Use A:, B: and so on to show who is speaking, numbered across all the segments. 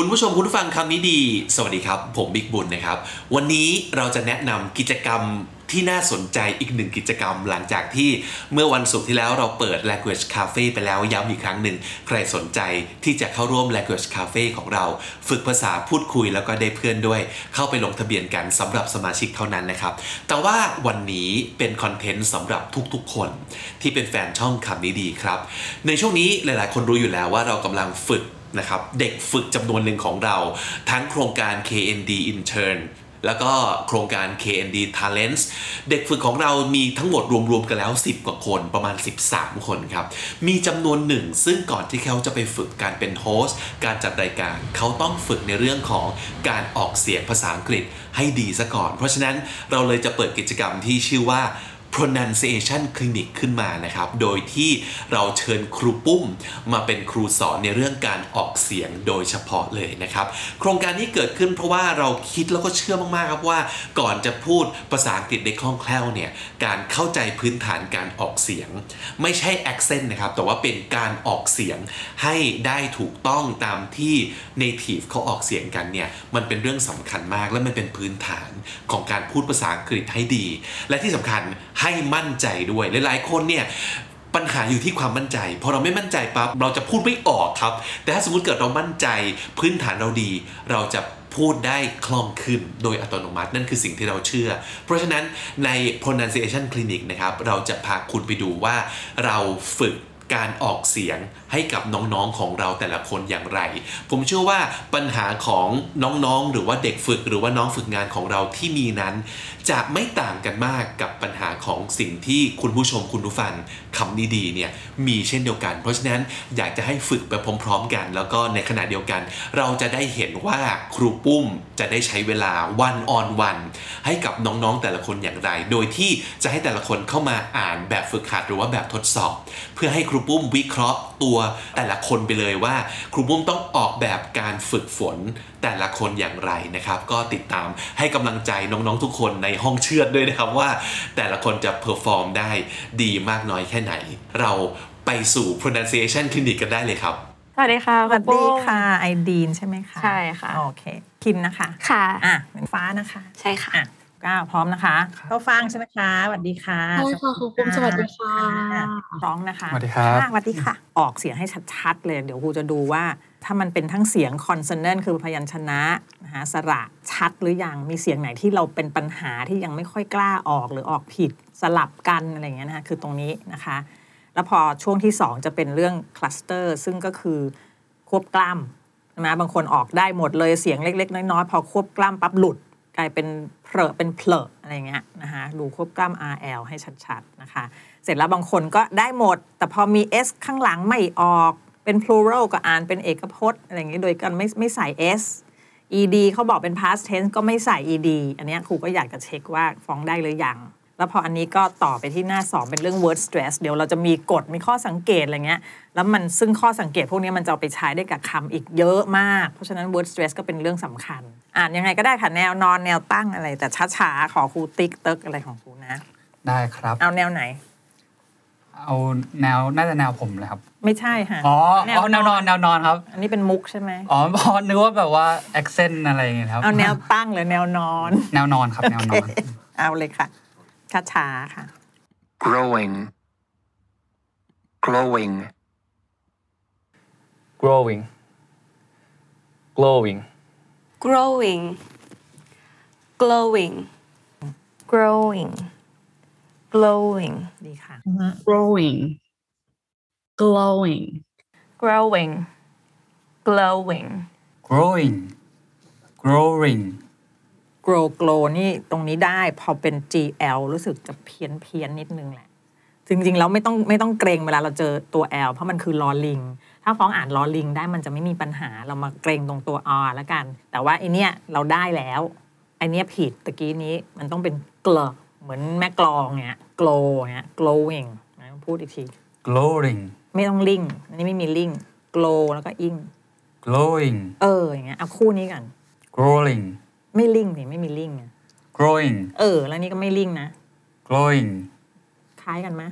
A: คุณผู้ชมคุณผู้ฟังคำนี้ดี สวัสดีครับ ผมบิ๊กบุญนะครับ วันนี้เราจะแนะนำกิจกรรมที่น่าสนใจอีกหนึ่งกิจกรรม หลังจากที่เมื่อวันศุกร์ที่แล้วเราเปิด Language Cafe ไปแล้วย้ำอีกครั้งหนึ่ง ใครสนใจที่จะเข้าร่วม Language Cafe ของเรา ฝึกภาษาพูดคุยแล้วก็ได้เพื่อนด้วย เข้าไปลงทะเบียนกันสำหรับสมาชิกเท่านั้นนะครับ แต่ว่าวันนี้เป็นคอนเทนต์สำหรับทุกๆ คนที่เป็นแฟนช่องคำนี้ดีครับ ในช่วงนี้หลายๆ คนรู้อยู่แล้วว่าเรากำลังฝึก นะครับเด็กฝึกจำนวนหนึ่งของเรา ทั้งโครงการ KND Intern แล้วก็โครงการ KND Talents เด็กฝึกของเรามีทั้งหมดรวมๆกันแล้ว 10 กว่าคนประมาณ 13 คนครับ มีจำนวนหนึ่ง ซึ่งก่อนที่เขาจะไปฝึกการเป็นโฮสต์การจัดรายการ เขาต้องฝึกในเรื่องของการออกเสียงภาษาอังกฤษให้ดีซะก่อน เพราะฉะนั้นเราเลยจะเปิดกิจกรรมที่ชื่อว่า pronunciation clinic ขึ้นมานะครับ โดยที่เราเชิญครูปุ้มมาเป็นครูสอนในเรื่องการออกเสียงโดยเฉพาะเลยนะครับ โครงการนี้เกิดขึ้นเพราะว่าเราคิดแล้วก็เชื่อมากๆครับว่าก่อนจะพูดภาษาอังกฤษได้คล่องแคล่วเนี่ย การเข้าใจพื้นฐานการออกเสียง ไม่ใช่ accent นะครับ แต่ว่าเป็นการออกเสียงให้ได้ถูกต้องตามที่ native เขาออกเสียงกันเนี่ย มันเป็นเรื่องสำคัญมากและมันเป็นพื้นฐานของการพูดภาษาอังกฤษให้ดี และที่สำคัญ ให้มั่นใจด้วย หลายๆ คนเนี่ย ปัญหาอยู่ที่ความมั่นใจ พอเราไม่มั่นใจปั๊บเราจะพูดไม่ออกครับ แต่ถ้าสมมติเกิดเรามั่นใจ พื้นฐานเราดี เราจะพูดได้คล่องขึ้นโดยอัตโนมัตินั่นคือสิ่งที่เราเชื่อ เพราะฉะนั้นใน pronunciation clinic นะครับ เราจะพาคุณไปดูว่าเราฝึก การออกเสียงให้กับน้องๆของเราแต่ละคนอย่างไร ผมเชื่อว่าปัญหาของน้องๆ หรือว่าเด็กฝึก หรือว่าน้องฝึกงานของเราที่มีนั้น จะไม่ต่างกันมากกับปัญหาของสิ่งที่คุณผู้ชมคุณผู้ฟังคำนี้ดีเนี่ยมีเช่นเดียวกัน เพราะฉะนั้นอยากจะให้ฝึกไปพร้อมๆกัน แล้วก็ในขณะเดียวกัน เราจะได้เห็นว่าครูปุ้มจะได้ใช้เวลาวันออนวันให้กับน้องๆแต่ละคนอย่างไร โดยที่จะให้แต่ละคนเข้ามาอ่านแบบฝึกหัดหรือว่าแบบทดสอบ เพื่อให้ครูปุ้มวิเคราะห์ตัวแต่ละคนไปเลยว่า ครูปุ้มต้องออกแบบการฝึกฝนแต่ละคนอย่างไรนะครับ ก็ติดตามให้กำลังใจน้องๆทุกคนในห้องเชือดด้วยนะครับว่า แต่ละคนจะเพอร์ฟอร์มได้ดีมากน้อยแค่ไหน เราไปสู่ pronunciation clinic กันได้เลยครับ
B: สวัสดีค่ะ
C: สวัสดีค่ะ
B: ณปุ้
C: ไอดีนใช่ไหมคะ
B: ใช่ค่ะ
C: โอเค คิมนะคะ
B: มค่ะ
C: อ่ะเหมือนฟ้านะคะ
B: ใช่ค่ะ
C: อ่ะก้าวพร้อมนะคะเข้าฟังใช่ไหมคะสวัสดีค่ะ
D: ใช่ค่ะครูปุ้มสวัสดีค่ะ
C: ร้องนะคะ
E: สวัสดีครับ
C: ะสวัสดีค่ะ ออกเสียงให้ชัดๆ เลย เดี๋ยวครูจะดูว่า ถ้ามันเป็นทั้งเสียงคอนเซนเนนคือพยัญชนะนะคะสระชัดหรือยังมีเสียงไหนที่เราเป็นปัญหาที่ยังไม่ค่อยกล้าออกหรือออกผิดสลับกันอะไรอย่างเงี้ยนะคะคือตรงนี้นะคะ แล้วพอช่วงที่ 2 จะเป็นเรื่องคลัสเตอร์ซึ่งก็คือควบกล้ามใช่ไหมบางคนออกได้หมดเลยเสียงเล็ก ๆ น้อยๆ พอควบกล้ามปั๊บหลุด กลายเป็นเพลอเป็นเพลออะไรเงี้ยนะคะดูควบกล้าม RL ให้ชัดๆนะคะ เสร็จแล้วบางคนก็ได้หมด แต่พอมี S ข้างหลังไม่ออกเป็น plural ก็อ่านเป็นเอกพจน์อะไรอย่างงี้โดยกันไม่ไม่ใส่ S ed เขาบอกเป็น past tense ก็ไม่ใส่ ed อันเนี้ยครูก็อยากจะเช็คว่าฟ้องได้หรือยัง แล้วพออันนี้ก็ต่อไปที่หน้า 2 เป็นเรื่อง word stress เดี๋ยวเราจะมีกฎมีข้อสังเกตอะไรเงี้ย แล้วมันซึ่งข้อสังเกตพวกนี้มันจะเอาไปใช้ได้กับคำอีกเยอะมาก เพราะฉะนั้น word stress ก็เป็นเรื่องสำคัญ อ่านยังไงก็ได้ค่ะแนวนอนแนวตั้งอะไร แต่ช้าๆ ขอครูติ๊กเติ๊กอะไรของครูนะ
E: ได้ครับ
C: เอาแนวไหน
E: เอาแนวน่าจะแนวผมเลยครับ
C: ไม่ใช่ค่ะ
E: อ๋อ
C: แน
E: อ๋อแนวนอนแนวนอนครับ
C: อันนี้เป็นมุกใช่ไหม
E: อ๋อพอนึกว่าแบบว่า accent อะไรอย่างเงี้ยครับ
C: เอาแนวตั้งหรือแนวนอน
E: แนวนอนครับ แนวนอน
C: เอาเลยค่ะช้าๆค่ะ
F: growing glowing
G: growing glowing
B: growing glowing
H: growing glowing
C: ดีค่ะ
D: growing glowing
H: growing glowing
E: growing growing
C: grow glow นี่ตรงนี้ได้พอเป็น gl รู้สึกจะเพี้ยนเพี้ยนนิดนึงแหละ จริงๆแล้วไม่ต้องไม่ต้องเกรงเวลาเราเจอตัว l เพราะมันคือลอลิง ถ้าฟ้องอ่านลอลิงได้มันจะไม่มีปัญหาเรามาเกรงตรงตัว r แล้วกัน แต่ว่าไอเนี้ยเราได้แล้วไอเนี้ยผิดตะกี้นี้มันต้องเป็น gl เหมือนแม่กลองเนี้ย glow เนี้ย glowing นะพูดอีกที
E: glowing
C: ไม่ต้องลิงอันนี้ไม่มีลิง glow แล้วก็อิง
E: glowing
C: เอออย่างเงี้ยเอาคู่นี้กัน
E: growing
C: ไม่ลิงสิไม่มีลิง
E: growing
C: เออ แล้วนี่ก็ไม่ลิงนะ
E: glowing
C: คล้ายกันไหม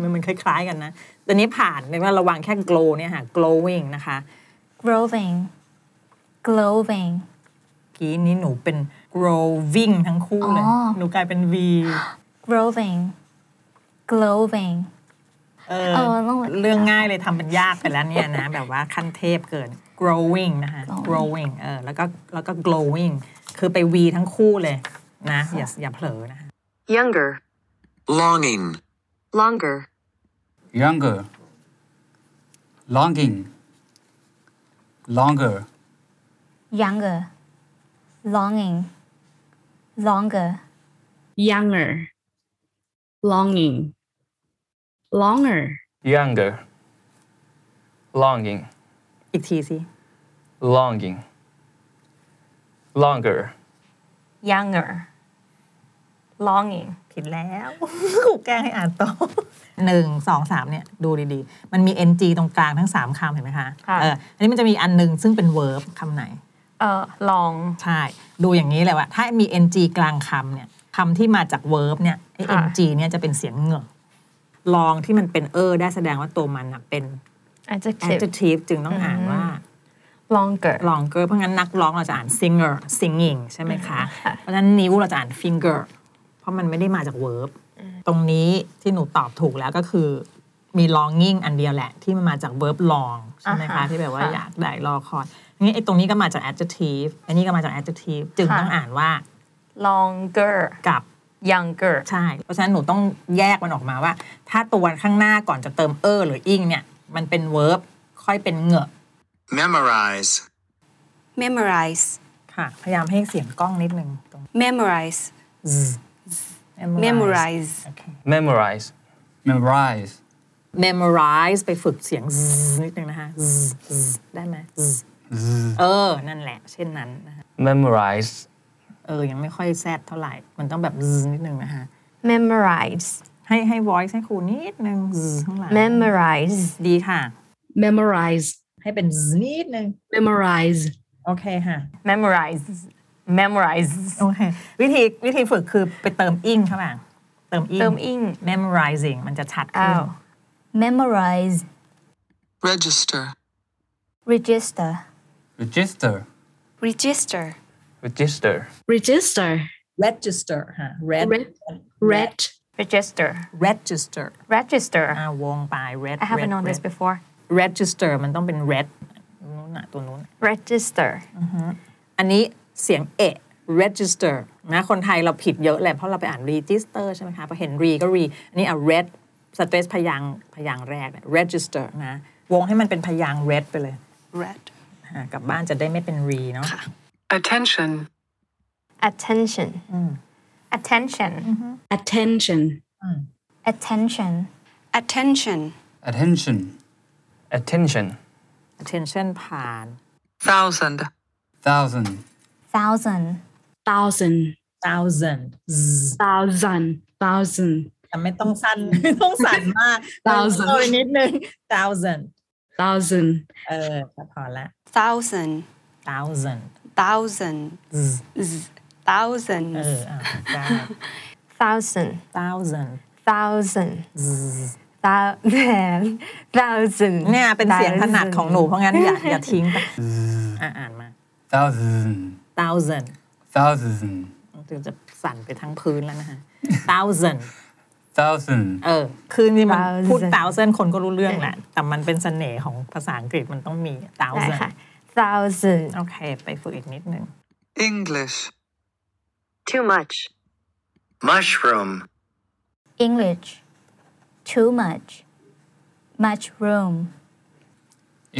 C: มันมันคล้ายๆกันนะแต่นี้ผ่านเรียกว่าระวังแค่ glow เนี่ยค่ะ glowing นะคะ
H: Growing. Glowing.
C: กี้นี้หนูเป็น growing ทั้งคู่เลย
H: อ๋อ
C: หนูกลายเป็น v
H: Growing. Glowing.
C: เอ
H: เอ
C: อ
H: อต้อง
C: เรื่องง่ายเลยทำเป็นยากไปแล้วเนี่ยนะ แบบว่าขั้นเทพเกิน growing นะคะ
H: Glowing
C: growing เออแล้วก็แล้วก็ glowing คือไป v ทั้งคู่เลยนะอย่าอย่าเผลอนะคะ
F: younger,
G: longing,
F: longer,
E: younger longing longer
H: Younger. Longing. Longer.
D: younger longing longer
I: younger, longing,
C: อีกทีสิ
I: longing, longer,
H: Younger. Longing.
C: ผิดแล้ว ครูแกล้งให้อ่านต่อหนึ่งสองสามเนี่ยดูดีๆ มันมี ng ตรงกลางทั้งสามคำเห็นไหมคะ
H: ค่ะ
C: เอออันนี้มันจะมีอันหนึ่งซึ่งเป็น verb คำไหน
H: Uh, long.
C: ใช่ ดูอย่างนี้เลยว่า ถ้ามี ng กลางคำเนี่ยคำที่มาจาก verb เนี่ยไอ้
H: ค่ะ
C: ng เนี่ยจะเป็นเสียงเหงอะลองที่มันเป็นเออได้แสดงว่าตัวมันน่ะเป็น
H: Adjective.
C: adjective จึงต้องอ่านว่า
H: Longer.
C: longer เพราะงั้นนักร้องเราจะอ่าน singer singing ใช่ไหมคะ เพราะฉะนั้นนิ้วเราจะอ่าน finger เพราะมันไม่ได้มาจาก verb ตรงนี้ที่หนูตอบถูกแล้วก็คือ มี longing อันเดียวแหละ ที่มันมาจาก verb long ใช่ไหมคะ
H: อ่าฮะ
C: ที่แบบว่า
H: ค่ะ
C: อยากได้รอคอยงี้ไอ้ตรงนี้ก็มาจาก adjective อันนี้ก็มาจาก adjective จึงต้องอ่านว่า
H: Longer.
C: กับ
H: Younger.
C: ใช่ เพราะฉะนั้นหนูต้องแยกมันออกมาว่า ถ้าตัวข้างหน้าก่อนจะเติมเออหรืออิงเนี่ยมันเป็น verb ค่อยเป็นเหงอะ
G: memorize,
B: memorize,
C: ค่ะ พยายามให้เสียงกล้องนิดนึงตรง
B: memorize, memorize,
C: โอเค
I: memorize,
E: memorize
C: memorize ไปฝึกเสียง zzz นิดนึงนะคะ zzz zzz ได้ไหม zzz เออ นั่นแหละ เช่นนั้นนะคะ
I: memorize,
C: เออ ยังไม่ค่อยแซดเท่าไหร่ มันต้องแบบ zzz นิดนึงนะคะ
H: Memorize.
C: ให้ให้ voice ให้ครูนิดนึง zzz ข้างหลัง
H: Memorize.
C: ดีค่ะ
D: memorize
C: ให้เป็น zzz นิดนึง
D: memorize
C: โอเคค่ะ
H: Memorize. Memorize.
C: โอเค วิธีวิธีฝึกคือไปเติมอิงเข้ามาเติมอิง
H: เติม ing
C: memorizing มันจะชัดขึ้น
H: อ้าว Memorize.
G: register,
H: Register.
E: register
B: register,
I: register,
D: register
C: register ค่ะ red
D: red red
H: Register.
C: register
H: Register.
C: อ่าวงไป red
H: I haven't
C: red,
H: known this
C: red.
H: before.
C: register มันต้องเป็น red นู้นน่ะตัวนู้น
H: Register.
C: อันนี้เสียงเอะ register นะคนไทยเราผิดเยอะแหละเพราะเราไปอ่าน register ใช่ไหมคะพอเห็น re ก็ re อันนี้อ่ะ red สเปซพยางค์พยางค์แรกเนี่ย register นะวงให้มันเป็นพยางค์ red ไปเลย
B: red,
C: อ่ะกลับบ้านจะได้ไม่เป็น re เนาะ
F: attention,
H: Attention. Attention.
D: attention
H: Mm-hmm. Attention.
B: attention,
E: attention
I: attention,
C: attention ผ่าน
F: thousand,
E: thousand
H: Thousand.
D: thousand
C: thousand
D: thousand thousand
C: แต่ไม่ต้องสั้น ไม่ต้องสั้นมาก
D: Thousand
C: เอาไปนิดนึง thousand
D: thousand
C: เออก็พอละ
B: thousand,
C: thousand
B: thousand,
H: Mm.
B: z, thousand,
C: เอออ่ะได้
H: Thousand.
C: thousand
H: Thousand. Thousand. Thousand.
C: เนี่ย Mm. เป็นเสียงถนัดของหนู เพราะงั้นอย่าอย่าทิ้งไปอ่ะอ่านมา
E: thousand
C: thousand
E: thousand
C: ถึงจะสั่นไปทั้งพื้นแล้วนะคะ thousand
E: thousand
C: เออ คือนี่มัน
H: Thousand
C: พูด thousand คนก็รู้เรื่องแหละ แต่มันเป็นเสน่ห์ของภาษาอังกฤษมันต้องมี thousand
H: ได้ค่ะ Thousand.
C: โอเค ไปฝึกอีกนิดนึง
G: English,
F: too much,
G: mushroom,
H: English. Too much. Much room.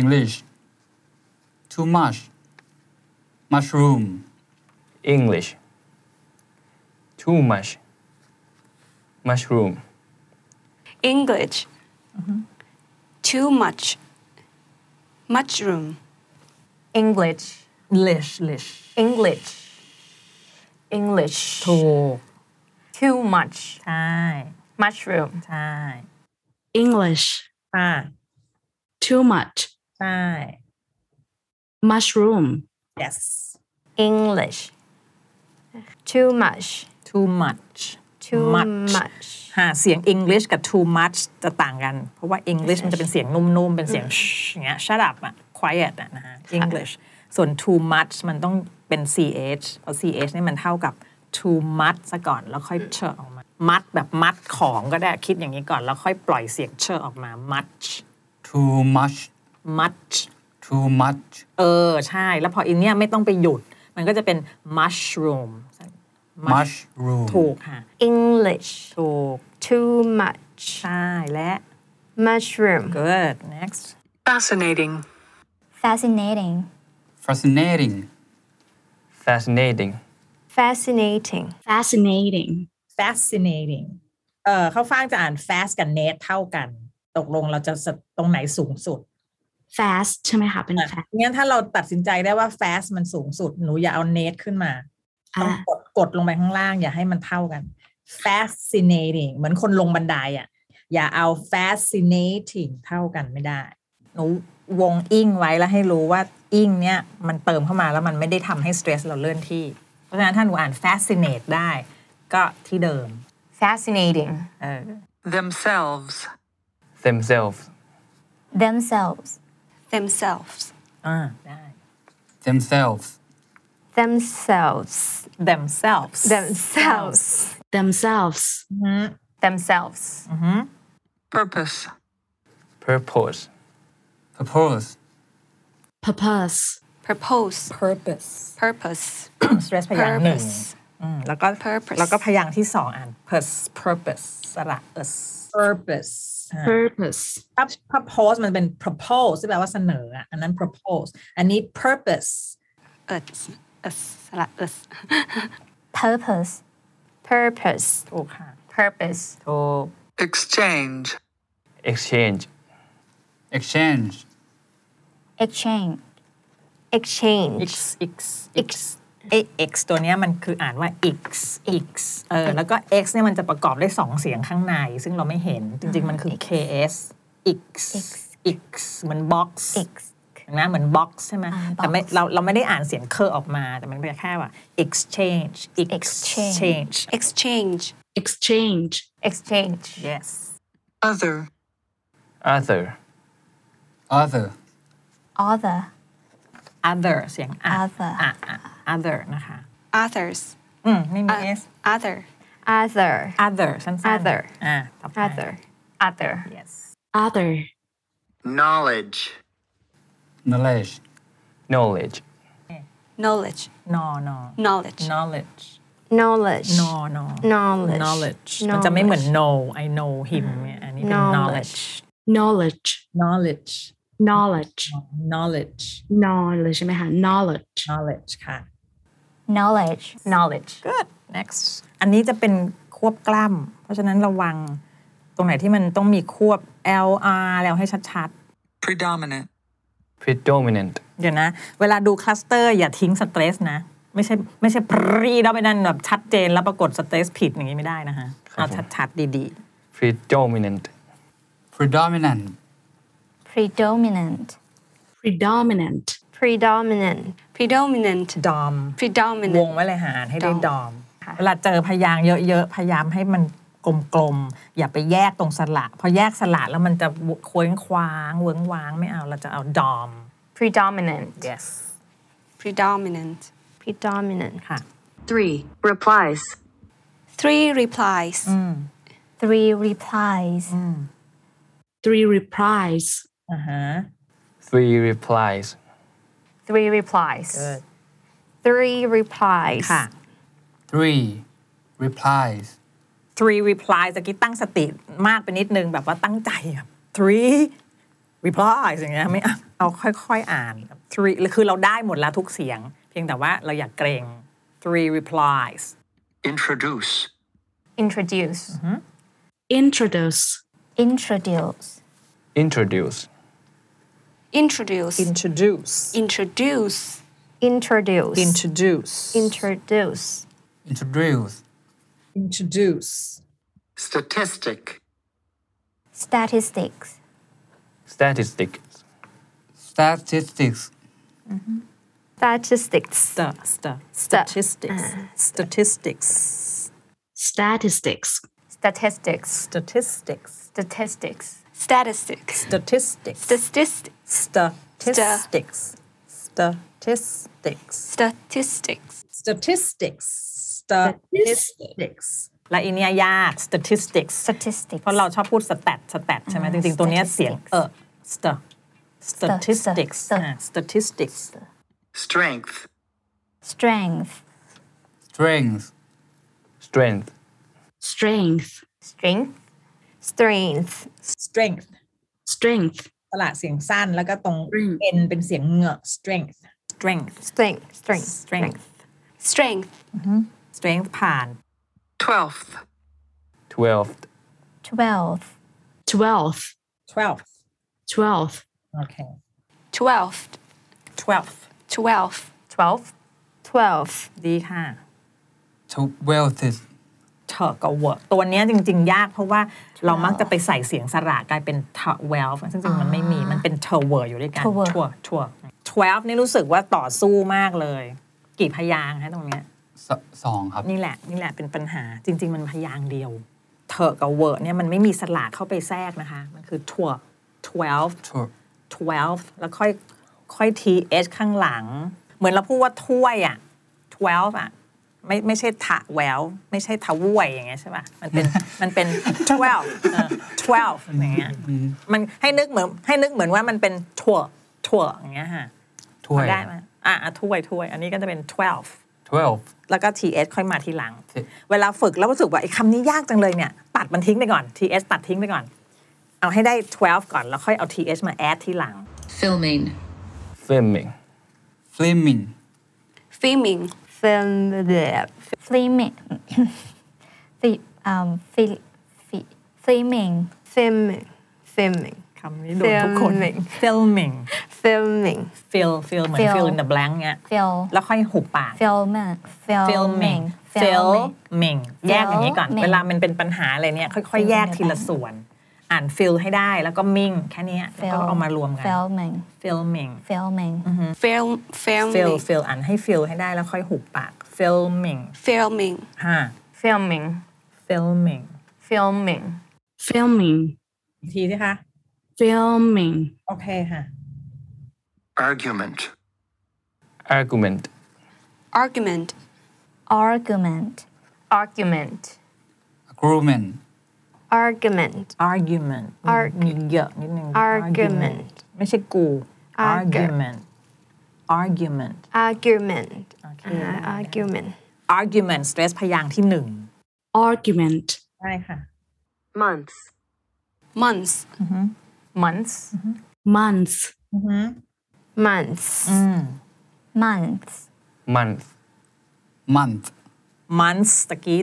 E: English. Too much. Mushroom.
I: English, too much, mushroom,
B: English,
H: Mm-hmm.
B: too much, mushroom,
H: English.
C: lish lish
H: English. English.
C: ถูก
H: Too too much
C: ใช่
H: mushroom
C: ใช่
D: English.
C: อ่า
D: Too much.
C: ใช่
D: Mushroom.
C: yes
H: English too much
C: too much
H: too
C: Much.
H: much
C: ค่ะเสียง English กับ too much จะต่างกัน เพราะว่า English มันจะเป็นเสียงนุ่มๆ เป็นเสียง shh อย่างเงี้ย shut up อะ quiet อะนะฮะ English ส่วน too much มันต้องเป็น ch เพราะ ch นี่มันเท่ากับ too much ซะก่อนแล้วค่อยเชอออกมา มัดแบบมัดของก็ได้คิดอย่างนี้ก่อน แล้วค่อยปล่อยเสียงเชอออกมา much
E: too much
C: much
E: too much
C: เออ ใช่ แล้วพออินเนี้ยไม่ต้องไปหยุด มันก็จะเป็น mushroom
E: mushroom
C: ถูกค่ะ
H: English
C: ถูก
H: too much
C: ใช่ และ
H: mushroom
C: good next
F: Fascinating.
H: fascinating
E: fascinating
I: fascinating,
H: fascinating
D: Fascinating.
C: fascinating เออเขาฟังจะอ่าน fast กับ net เท่ากัน ตกลงเราจะสะตรงไหนสูงสุด
D: Fast ใช่ไหมคะเป็น
C: อ่ะ
D: fast
C: งั้นถ้าเราตัดสินใจได้ว่า fast มันสูงสุด หนูอย่าเอา net ขึ้นมา ต้อ
D: อ่ะ
C: งกดกดลงไปข้างล่าง อย่าให้มันเท่ากัน fascinating เหมือนคนลงบันไดอ่ะ อย่าเอา fascinating เท่ากันไม่ได้ หนูวงอิงไว้แล้วให้รู้ว่าอิงเนี่ยมันเติมเข้ามาแล้วมันไม่ได้ทำให้ stress เราเลื่อนที่ เพราะฉะนั้นถ้าหนูอ่าน fascinate ได้ ก็ที่เดิม
H: fascinating
C: เออ
F: Themselves.
I: themselves,
H: themselves
B: themselves,
C: อ่าได้
E: themselves
H: themselves
C: themselves
H: themselves
D: themselves
H: themselves
F: Purpose.
I: purpose,
E: purpose
D: purpose
B: propose,
C: purpose
B: purpose,
C: stress พยางค์หนึ่ง
B: purpose,
C: อืมแล้วก็
B: Purpose
C: แล้วก็พยางค์ที่สองอ่าน purpose purpose สระ us purpose อ่า
D: purpose
C: ถ้า propose มันเป็น propose ที่แปลว่าเสนออ่ะอันนั้น propose อันนี้ purpose
B: us, us, la- us.
H: purpose purpose
C: ถูกค่ะ
H: purpose
C: ถูก
G: Exchange.
I: exchange,
E: exchange
H: exchange exchange
C: x x x x ตัวเนี้ยมันคืออ่านว่า x x เออแล้วก็ x เนี่ยมันจะประกอบด้วยสองเสียงข้างใน ซึ่งเราไม่เห็นจริง ๆ มันคือ ks x
H: X
C: x เหมัน box
H: ex
C: นะเหมือน box ใช่ไหม
H: อ่า box
C: แต่ไม่เราเราไม่ได้อ่านเสียงเคอออกมา แต่มันเป็นแค่ว่า exchange
H: Exchange
C: exchange
B: exchange,
D: exchange
H: exchange
C: yes
G: Other.
I: other,
E: other
H: other
C: other เสียงอ่ะ
H: Other
C: อ่ะอ่ะ other นะคะ
B: others,
C: อืมไม่มี s
B: other,
H: other
C: other สั้นๆ
H: Other
C: อ่ะต่อไป
H: other other
C: yes
D: other
G: Knowledge.
E: knowledge
I: knowledge,
B: knowledge,
C: no no
B: knowledge,
C: knowledge
H: knowledge
C: no no
H: knowledge
C: knowledge มันจะไม่เหมือน know I know him เนี่ยอันนี้เป็น knowledge
D: knowledge
C: knowledge
D: knowledge
C: knowledge
D: knowledge ใช่ไหมคะ knowledge
C: knowledge ค่ะ
H: knowledge knowledge
C: good next อันนี้จะเป็นควบกล้ำเพราะฉะนั้นระวังตรงไหนที่มันต้องมีควบ L R แล้วให้ชัด
G: Predominant.
I: predominant,
C: ๆ เดี๋ยวนะ เวลาดูคลัสเตอร์อย่าทิ้งสเตรสนะ ไม่ใช่ไม่ใช่ปรีดแล้วไปนั่นแบบชัดเจนแล้วปรากฏสเตรสผิดอย่างนี้ไม่ได้นะฮะ เอาชัดๆ ดี
I: predominant,
E: predominant
H: predominant
D: predominant
H: predominant
B: predominant,
C: ๆ ดอม วง
B: predominant,
C: ไว้เลยหาอ่านให้ได้
B: ดอม
C: ดอม เวลาเจอพยางค์เยอะๆ พยายามให้มันกลมๆ อย่าไปแยกตรงสระพอแยกสระแล้วมันจะเคว้งคว้างเวิ้งว้างไม่เอาเราจะเอาดอม
H: predominant
C: yes
B: predominant.
H: predominant
C: ค่ะ
F: Three.
G: Replies.
B: Three replies,
H: Mm.
B: Mm.
H: three replies
D: three reprise
C: อ่าฮะ
I: three replies,
H: three replies
C: Good.
H: three replies
C: ค่ะ
E: three replies
C: three reply ตะกี้ตั้งสติมากไปนิดนึงแบบว่าตั้งใจแบบ three reply อย่างเงี้ยไม่เอาเอาค่อยๆอ่าน three คือเราได้หมดแล้วทุกเสียง เพียงแต่ว่าเราอยากเกรง three replies
G: Introduce.
H: introduce
B: Mm-hmm.
D: introduce
H: introduce
I: introduce,
B: introduce,
C: introduce
B: introduce,
H: introduce
C: introduce
H: introduce
E: introduce
J: introduce,
G: statistic,
H: statistics,
I: statistics,
E: statistics,
H: statistics,
C: sta, sta, statistics, statistics,
D: statistics,
H: statistics,
C: statistics,
B: statistics,
H: statistics,
C: statistics,
B: statistics,
C: statistics, statistics,
B: statistics,
C: statistics statistics และอีเนี่ยยาก statistics
H: statistics
C: เพราะเราชอบพูด stat stat ใช่ไหมจริงๆ ตัวเนี้ยเสียงเออ st statistics อ่า statistics
G: strength,
H: strength,
E: strength,
I: strength,
D: strength,
H: strength, strength,
C: strength
D: strength,
C: ตลาดเสียงสั้นแล้วก็ตรง n เป็นเสียงเหงอะ strength strength
H: strength, strength,
C: strength
B: strength,
C: strength ผ่าน
F: twelfth,
I: twelfth,
H: twelve,
D: twelfth,
C: twelfth
D: twelfth,
C: โอเค
B: twelfth,
C: twelfth
B: twelfth,
H: twelve, twelve,
C: ดีค่ะ
E: twelfth,
C: เถอะกับเวอร์ตัวเนี้ยจริง ๆ ยากเพราะว่าเรามักจะไปใส่เสียงสระกลายเป็น twelve ซึ่งจริงๆมันไม่มีมันเป็น twelve อยู่ด้วยกัน
H: twelve
C: twelve twelve twelve นี่รู้สึกว่าต่อสู้มากเลย กี่พยางค์ฮะตรงเนี้ย
E: สสองครับ
C: นี่แหละนี่แหละเป็นปัญหาจริง ๆ มันพยางค์เดียว เถอะกับเวอร์เนี่ยมันไม่มีสระเข้าไปแทรกนะคะ มันคือ twelve twelve
E: twelve,
C: twelve แล้วค่อยค่อย th ข้างหลัง เหมือนเราพูดว่าถ้วยอ่ะ twelve อ่ะไม่ไม่ใช่ถะแววไม่ใช่ทะว่วยอย่างเงี้ยใช่ป่ะมันเป็น มันเป็น twelve เอ อ twelve อย่างเงี้ยมันให้นึกเหมือนให้นึกเหมือนว่ามันเป็นถั่วถั่วอย่างเงี้ยฮะ
E: ถ้วย
C: พอได้ไหมอ่ะอ่ะถ้วยถ้วยอันนี้ก็จะเป็น twelve
E: twelve,
C: แล้วก็ th ค่อยมาทีหลัง เวลาฝึกแล้วรู้สึกว่าไอ้คำนี้ยากจังเลยเนี่ย ตัดมันทิ้งไปก่อน th ตัดทิ้งไปก่อน เอาให้ได้ 12 ก่อนแล้วค่อยเอา th มา add ทีหลัง
F: filming,
I: filming,
E: flaming,
B: filming,
H: film, filming, the um, fil, fi, filming,
K: filming, filming,
C: คำนี้โดนทุกคน
K: Filming
C: filming
K: filming,
C: fill fill เหมือน
H: Fill
C: fill in the blank เนี่ย
H: film,
C: แล้วค่อยหุบปาก
H: filming,
C: filming
H: filming, filming,
C: filming แยกอย่างนี้ก่อน
H: Filming
C: เวลามันเป็นปัญหาอะไรเนี่ย ค่อย
H: Filming
C: ๆ แยกทีละส่วน อ่าน fill ให้ได้แล้วก็มิ่งแค่เนี้ยแล้วก็เอามารวมกัน
H: filming,
C: filming
H: filming,
B: film,
C: fill
B: filming,
C: fill อ่านให้ fill ให้ได้แล้วค่อยหุบปาก filming
B: filming,
C: ห้า
K: filming,
C: filming
K: filming,
D: filming,
C: อีกทีสิคะ
D: filming,
C: โอเคค่ะ
G: argument,
I: argument,
B: argument,
H: argument,
K: argument,
E: agreement,
K: argument,
C: argument
K: Arg-
C: มีเยอะนิดนึง
K: argument
C: ไม่ใช่กู
K: Arg-
C: argument argument
K: argument,
C: โอเค
K: uh, argument,
C: argument stress พยางค์ที่หนึ่ง
D: argument,
C: ใช่ค่ะ
F: months,
B: months,
H: Mm-hmm.
K: months,
D: months,
K: Mm-hmm. months,
C: อืม
H: Mm-hmm. months,
I: month,
E: month,
C: months ตะกี้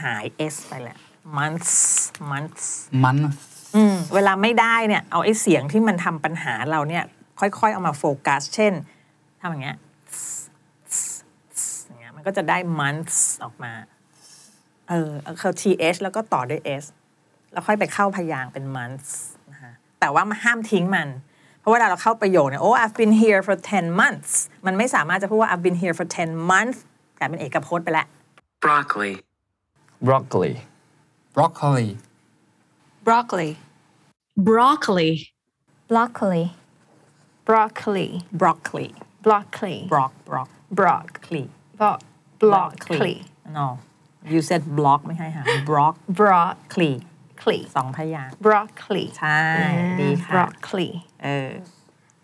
C: หาย s ไปแล้ว months months
E: month,
C: อืมเวลาไม่ได้เนี่ยเอาไอ้เสียงที่มันทำปัญหาเราเนี่ย ค่อยๆ เอามาโฟกัส เช่นทำอย่างเงี้ย tss, tss, tss อย่างเงี้ยมันก็จะได้ months ออกมาเออคือ th แล้วก็ต่อด้วย s แล้วค่อยไปเข้าพยางค์เป็น months นะคะแต่ว่ามันห้ามทิ้งมัน เพราะเวลาเราเข้าประโยคเนี่ย oh I've been here for 10 months มันไม่สามารถจะพูดว่า I've been here for 10 months แต่เป็นเอกพจน์ไปแล้ว
G: broccoli,
I: broccoli,
E: broccoli,
B: broccoli,
D: broccoli,
H: broccoli,
K: broccoli,
C: broccoli
K: broccoli,
C: brock brock
K: brock,
C: broccoli
K: bo- broccoli,
C: no you said block ไม่ใช่ค่ะ broccoli
K: broccoli,
C: สองพยางค์
K: broccoli,
C: ใช่ดีค่ะ
K: broccoli,
C: เออ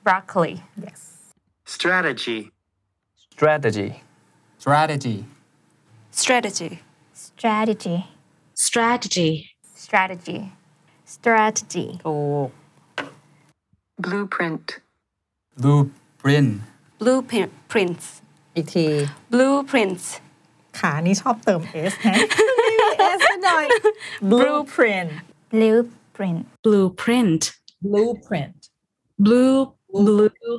K: broccoli,
C: yes
G: strategy,
I: strategy,
E: strategy,
B: strategy,
H: strategy,
D: strategy,
H: strategy,
K: strategy,
C: ถูก
F: blueprint,
E: blueprint,
B: blueprints,
C: อีกที
B: blueprints,
C: ขานี่ชอบเติม S ฮ ะไม่มี S ซะหน่อย blueprint
H: blueprint,
D: blueprint,
C: blueprint
D: blue, blue,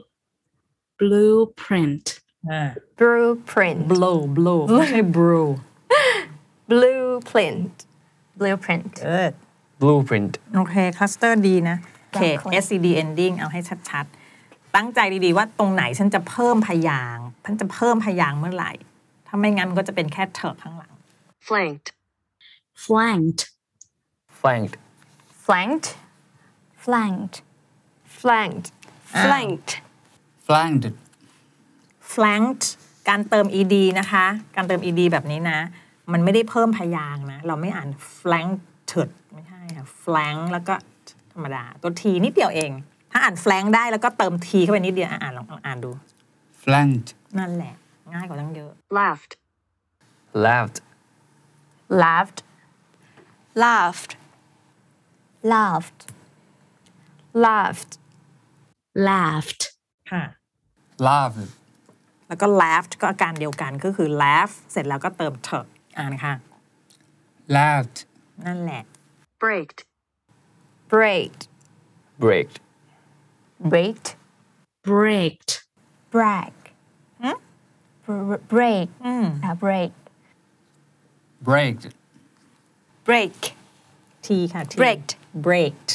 D: blueprint,
C: อ่า
K: blueprint,
C: blow blow ไม่ใช่ brew
K: blueprint Uh. blueprint
C: good
I: blueprint
C: โอเคคลัสเตอร์ดีนะโอเค
K: Broccoli
C: SCD ending เอาให้ชัดๆ ตั้งใจดีๆว่าตรงไหนฉันจะเพิ่มพยางค์ฉันจะเพิ่มพยางค์เมื่อไหร่ ถ้าไม่งั้นมันก็จะเป็นแค่เถิบข้างหลัง
F: flanked,
D: flanked,
I: flanked,
K: flanked
H: flanked,
K: flanked
B: flanked,
E: flanked
C: flanked การเติม ed นะคะ การเติม ed แบบนี้นะ มันไม่ได้เพิ่มพยางค์นะ เราไม่อ่าน flanked ไม่ใช่ค่ะ flank แล้วก็ธรรมดา ตัว t นิดเดียวเอง ถ้าอ่าน flank ได้แล้วก็เติม t เข้าไปนิดเดียวอ่ะอ่านลองลองอ่านดู
E: flanked
C: นั่นแหละ ง่ายกว่าตั้งเยอะ
F: laughed,
I: laughed,
K: laughed
B: laughed,
H: laughed,
K: laughed
D: laughed,
C: ค่ะ
E: laughed
C: แล้วก็ laughed ก็อาการเดียวกันก็คือ laugh เสร็จแล้วก็เติม t อ่านค่ะ
E: laughed
C: นั่นแหละ
F: braked,
K: braked
I: braked,
K: braked
D: braked,
H: brag,
K: Hmm?
H: br- break, uh, break,
E: braked
B: break,
C: t ค่ะ t
B: Braked
C: braked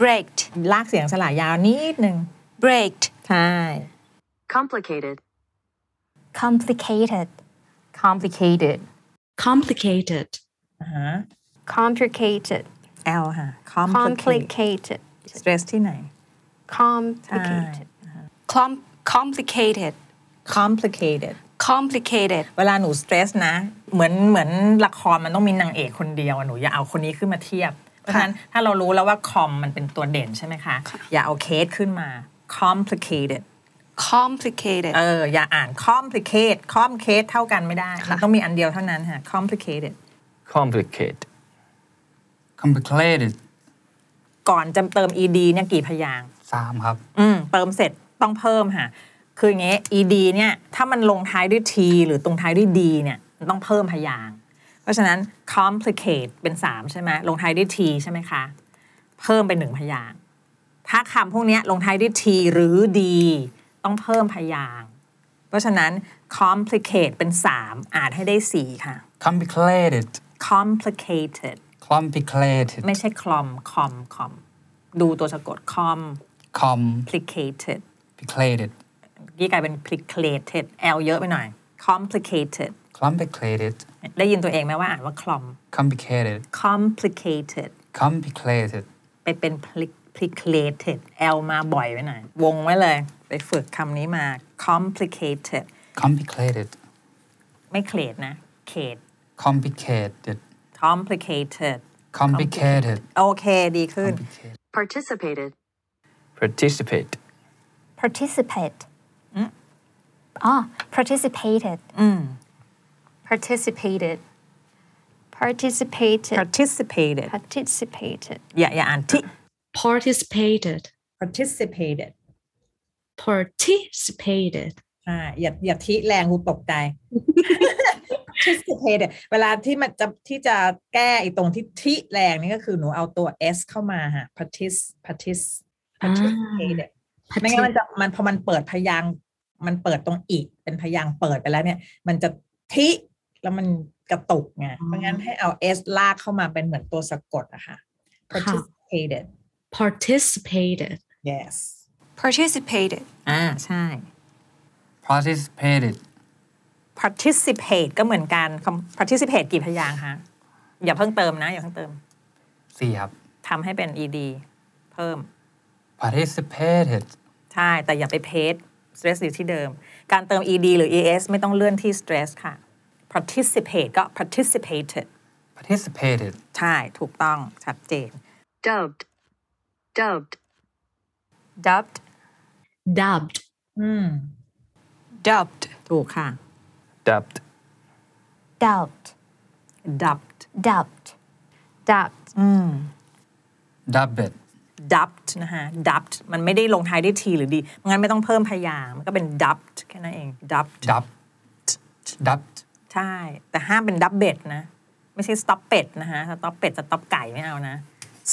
B: braked,
C: ลากเสียงสละยาวนิดหนึ่ง
B: braked,
C: ใช่
F: complicated,
H: complicated,
K: complicated
D: complicated,
C: อ่าฮะ
K: complicated
C: L ค่ะ
K: complicated
C: stress ที่ไหน
K: complicated
H: Uh.
B: com- complicated,
C: complicated
B: complicated,
C: เวลาหนู stress นะ เหมือนเหมือนละครมันต้องมีนางเอกคนเดียวอะหนูอย่าเอาคนนี้ขึ้นมาเทียบ เพราะฉะนั้นถ้าเรารู้แล้วว่า com มันเป็นตัวเด่นใช่ไหมคะ อย่าเอาเคสขึ้นมา complicated
B: complicated,
C: เออ อย่าอ่าน complicate com เคสเท่ากันไม่ได้ มันต้องมีอันเดียวเท่านั้นค่ะ complicated
I: complicate,
E: complicated
C: ก่อนจะเติม ed เนี่ยกี่พยางค์
E: สามครับ
C: อืมเติมเสร็จต้องเพิ่มค่ะ คืออย่างเงี้ย ed เนี่ยถ้ามันลงท้ายด้วย t หรือตรงท้ายด้วย d เนี่ยมันต้องเพิ่มพยางค์เพราะฉะนั้น complicate เป็น 3 ใช่ไหมลงท้ายด้วย t ใช่ไหมคะ เพิ่มเป็นหนึ่งพยางค์ถ้าคำพวกเนี้ยลงท้ายด้วย t หรือ d ต้องเพิ่มพยางค์เพราะฉะนั้น complicate เป็น 3 อ่านให้ได้ 4 ค่ะ
E: complicated
C: complicated
E: complicated
C: ไม่ใช่คลอมคอมคอมดูตัวสะกด complicated
E: complicated
C: นี่กลายเป็น complicated l เยอะไปหน่อย complicated
E: complicated
C: ได้ยินตัวเองไหมว่าอ่านว่าคลอม
E: complicated
C: complicated
E: complicated
C: ไปเป็น complicated l มาบ่อยไปหน่อย วงไว้เลย ไปฝึกคำนี้มา complicated
E: complicated
C: ไม่เคลดนะเคลด
E: complicated
C: complicated
E: complicated
C: โอเคดีขึ้น
F: participated,
I: participate,
H: participate.
K: Hmm?
H: Ah, participated,
K: participated participated
C: participated
K: participated
C: อย่าอย่าอ่านที่
D: participated,
C: participated
D: participated,
C: อ่าอย่าอย่าทิแรงกูตกใจ participated เวลาที่มันจะที่จะแก้ไอ้ตรงที่ทิแรงนี่ก็คือหนูเอาตัว s เข้ามาฮะ partic partic participated ไม่งั้นมันจะมันพอมันเปิดพยางค์มันเปิดตรงอีก เป็นพยางค์เปิดไปแล้วเนี่ย มันจะทิแล้วมันกระตุกไงเพราะงั้นให้เอา s ลากเข้ามาเป็นเหมือนตัวสะกดอะค่ะ participated
D: participated,
C: yes
B: participated,
C: อ่าใช่
E: participated
C: participate ก็เหมือนกันคำ participate กี่พยางค์คะอย่าเพิ่งเติมนะ อย่าเพิ่งเติม
E: สี่ครับ
C: ทำให้เป็น ed เพิ่ม
E: participated
C: ใช่ แต่อย่าไปเพจ stress อยู่ที่เดิม การเติม ed หรือ es ไม่ต้องเลื่อนที่ stress ค่ะ participate ก็ participated
E: participated
C: ใช่ถูกต้องชัดเจน
F: dubbed, dubbed,
K: dubbed
D: dubbed,
C: อืม
B: dubbed,
C: ถูกค่ะ
I: dubbed,
H: dubbed,
C: dubbed
H: dubbed,
K: dubbed
C: อืม
E: dubbed
C: dubbed นะคะ dubbed มันไม่ได้ลงท้ายด้วย t หรือ d งั้นไม่ต้องเพิ่มพยางค์มันก็เป็น dubbed แค่นั้นเอง dubbed
E: dubbed dubbed
C: ใช่ แต่ห้ามเป็นดับเบ็ดนะ ไม่ใช่สต็อปเป็ดนะฮะสต็อปเป็ดจะต็อปไก่ไม่เอานะ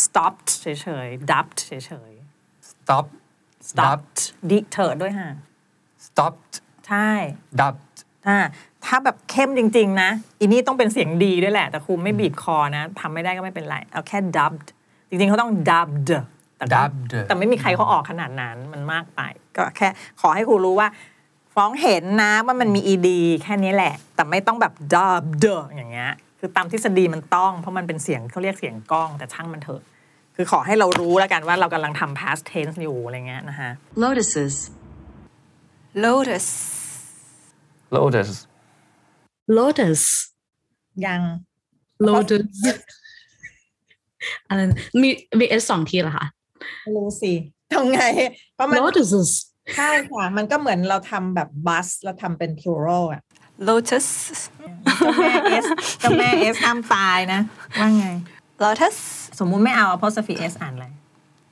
C: stopped เฉยๆ dubbed เฉย
E: stop
C: ๆ stopped ดิเถิดด้วยฮะ
E: stopped
C: ใช่
E: dubbed
C: อ่า ถ้าแบบเข้มจริง ๆ นะ อีนี่ต้องเป็นเสียงดีด้วยแหละ แต่ครูไม่บีบคอนะทำไม่ได้ก็ไม่เป็นไร เอาแค่ dubbed จริง ๆ เขาต้อง dubbed แต่ก็
E: Dubbed
C: แต่ไม่มีใครเขาออกขนาดนั้นมันมากไป ก็แค่ขอให้ครูรู้ว่า ฟ้องเห็นนะว่ามันมี ed แค่นี้แหละ แต่ไม่ต้องแบบ dubbed อย่างเงี้ยคือตามทฤษฎีมันต้อง เพราะมันเป็นเสียงเขาเรียกเสียงกล้องแต่ช่างมันเถอะ คือขอให้เรารู้แล้วกันว่าเรากำลังทำ past tense อยู่อะไรเงี้ยนะคะ
F: Lotuses.
B: Lotus.
I: Lotus.
D: Lotus
C: ยัง
D: Lotus อะไรนะมีมีเอสสองทีเหรอคะ
C: รู้สิทำไง เพราะมัน
D: Lotuses
C: ใช่ค่ะ มันก็เหมือนเราทำแบบ bus เราทำเป็น plural อ่ะ
B: Lotus.
C: เจ้าแม่เอสเจ้าแม่เอสห้ามตายนะ ว่าไง
B: Lotus.
C: สมมุติไม่เอา apostrophe s อ่านอะไร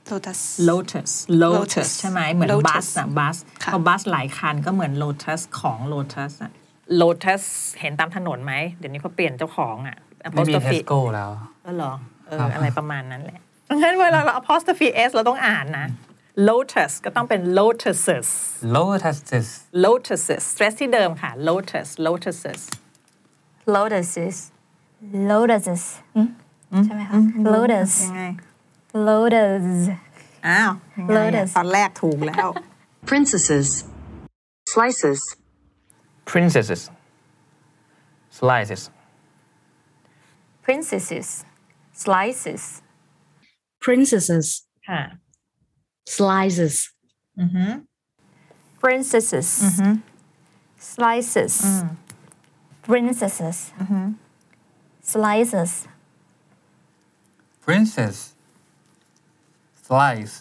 B: Lotus.
C: lotus lotus
B: Lotus
C: ใช่ไหมเหมือน
B: Lotus
C: บัสอะบัส
B: ค่ะ
C: พอบัสหลายคันก็เหมือน lotus ของ lotus อะ lotus เห็นตามถนนไหม เดี๋ยวนี้เขาเปลี่ยนเจ้าของอะ
E: ไม่มี
C: apostrophe
E: Tesco แล้ว
C: ก็หรอเออ
E: ครับ
C: อะไรประมาณนั้นแหละงั้นเวลาเรา apostrophe s เราต้องอ่านนะ lotus ก็ต้องเป็น lotuses
E: Lotuses
C: lotuses stress ที่เดิมค่ะ lotus lotuses
K: Lotuses.
H: lotuses อืมใช่ไหมคะ lotus
C: ยังไง
H: lotus
C: อ้าว
H: Lotus
C: ตอนแรกถูกแล้ว
F: Princesses. Slices.
I: Princesses. Slices.
K: Princesses. Slices.
D: princesses
C: ค่ะ
D: slices
K: Princesses. Slices.
H: princesses slices
E: Princess Slice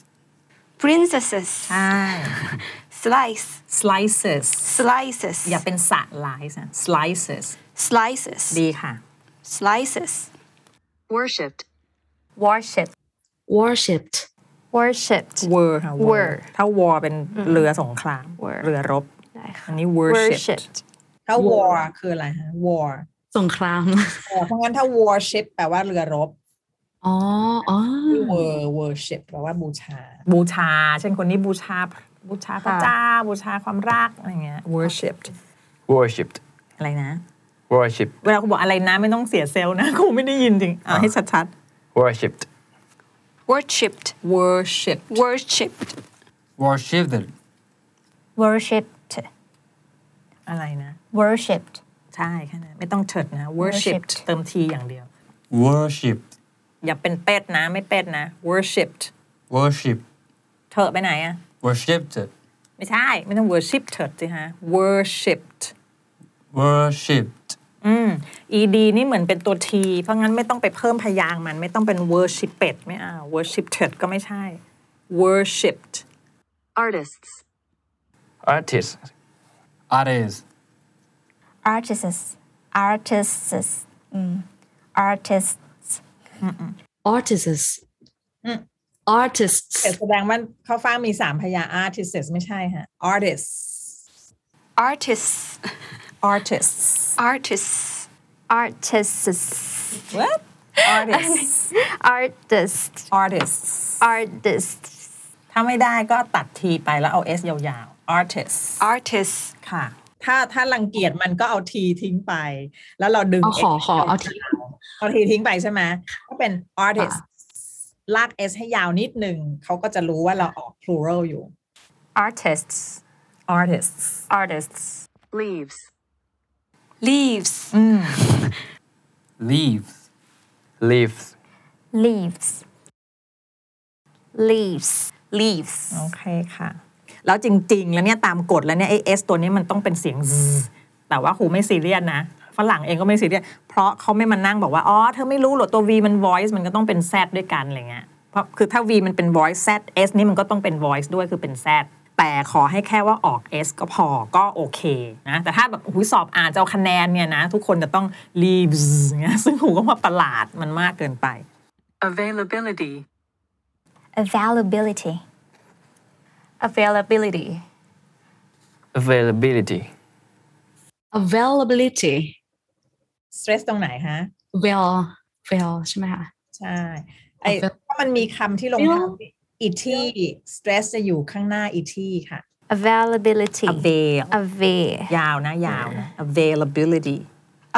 B: Princesses.
C: ใช่
B: Slice.
C: slices
B: Slices.
C: อย่าเป็นสะลายนะ slices
B: Slices.
C: ดีค่ะ
B: Slices.
F: Worshipped.
K: Worship.
D: worshipped
K: Worshipped.
C: war ค่ะ war
K: War
C: ถ้า war เป็นเรือสงคราม
K: War
C: เรือรบ อันนี้ worship
K: Worshipped.
C: ถ้า war คืออะไรฮะ war
D: สงคราม
C: อ๋อเพราะงั้นถ้า warship แปลว่าเรือรบ
D: อ๋ออ๋อ
C: wor worship แปลว่าบูชา บูชา เช่นคนนี้บูชาบูชาพระเจ้า บูชาความรักอะไรเงี้ย worship
I: Worshipped.
C: อะไรนะ
I: Worshipped.
C: เวลาคุณบอกอะไรนะไม่ต้องเสียเซลล์นะ คุณไม่ได้ยินจริงเอาให้ชัด
I: Worshipped.
B: Worshipped.
C: ๆ worship
B: Worshipped.
E: Worshipped
H: worshipped
C: อะไรนะ
H: worshipped
C: ใช่แค่นั้นไม่ต้องเถิดนะ worship
H: Worshipped
C: เติมทีอย่างเดียว
E: Worshipped
C: อย่าเป็นเป็ดนะไม่เป็ดนะ worshipped
E: Worshipped
C: เถอะไปไหนอะ
E: Worshipped
C: ไม่ใช่ ไม่ต้อง worship เถิดสิฮะ worshipped
E: Worshipped
C: อืม ed นี่เหมือนเป็นตัวทีเพราะงั้นไม่ต้องไปเพิ่มพยางค์มันไม่ต้องเป็น worshipped ไม่เอา worship เถิดก็ไม่ใช่ worshipped
F: Artists.
I: Artists.
E: Artists
H: artists artists อืม artists
D: artists
B: Hmm.
D: artists
C: แต่แสดงว่าเขาฟ้างมีสามพยางค์ artists ไม่ใช่ฮะ artists
B: Artists.
C: artists
B: Artists.
K: Artists.
C: what artists
K: Artist.
C: artists
K: Artists.
C: ถ้าไม่ได้ก็ตัดทีไปแล้วเอา s ยาวๆ artist
B: Artists.
C: ค่ะ ถ้าถ้ารังเกียจมันก็เอาทีทิ้งไป แล้วเราดึง
D: เอาขอ
C: S
D: ขอเอาที
C: เอาทีทิ้งไปใช่ไหมก็เป็น artist ลาก s ให้ยาวนิดหนึ่งเขาก็จะรู้ว่าเราออก plural อยู่
K: Artists.
C: artists
K: Artists.
F: Leaves.
B: Leaves.
E: Leaves
I: Leaves.
H: leaves
K: Leaves. Leaves.
C: โอเคค่ะ แล้วจริง ๆ แล้วเนี่ยตามกฎแล้วเนี่ยไอเอสตัวนี้มันต้องเป็นเสียง zzz แต่ว่าครูไม่ซีเรียสนะ ฝรั่งเองก็ไม่ซีเรียส เพราะเขาไม่มานั่งบอกว่า อ๋อ เธอไม่รู้เหรอ ตัว V มัน voice มันก็ต้องเป็น Z ด้วยกันอะไรเงี้ย เพราะคือถ้า V มันเป็น voice Z S นี่มันก็ต้องเป็น voice ด้วยคือเป็น Z แต่ขอให้แค่ว่าออก S ก็พอก็โอเคนะ แต่ถ้าแบบหูยสอบอ่านจะเอาคะแนนเนี่ยนะ ทุกคนจะต้อง leaves เงี้ย ซึ่งครูก็ว่าประหลาดมันมากเกินไป
F: Availability.
H: availability
K: Availability.
I: Availability.
D: availability
C: stress ตรงไหนฮะ
D: well well ใช่ไหมคะ
C: ใช่ไอ
D: โอเค
C: ถ้ามันมีคำที่ลง
D: ไม่รู้
C: ท้ายด้วย ity stress จะอยู่ข้างหน้า ity ค่ะ
K: availability
C: avail
K: avail
C: ยาวนะยาวนะ availability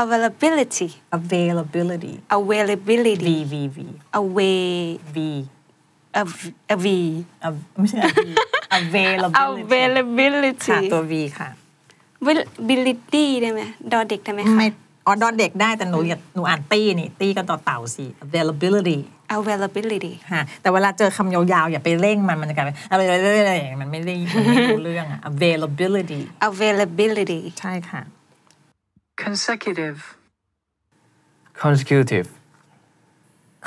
B: Availability.
C: availability
B: Availability.
C: VVV
B: Away.
C: V
B: Av- Av-
C: อ่ะไม่ใช่ V availability
B: Availability.
C: ค่ะตัว V ค่ะ
B: Availability ได้ไหมดอเด็กได้ไหมคะ
C: ไม่อ๋อดอนเด็กได้แต่หนูอยากหนูอ่านตี้นี่ ตี้ก็ต่อเต่าสิ availability
B: Availability.
C: ค่ะแต่เวลาเจอคำยาวๆ อย่าไปเร่งมัน มันจะกลายเป็นอะไรอะไรอย่างเงี้ยมันไม่ได้มันไม่รู้เรื่องอะ availability
B: Availability.
C: ใช่ค่ะ
F: Consecutive.
I: consecutive,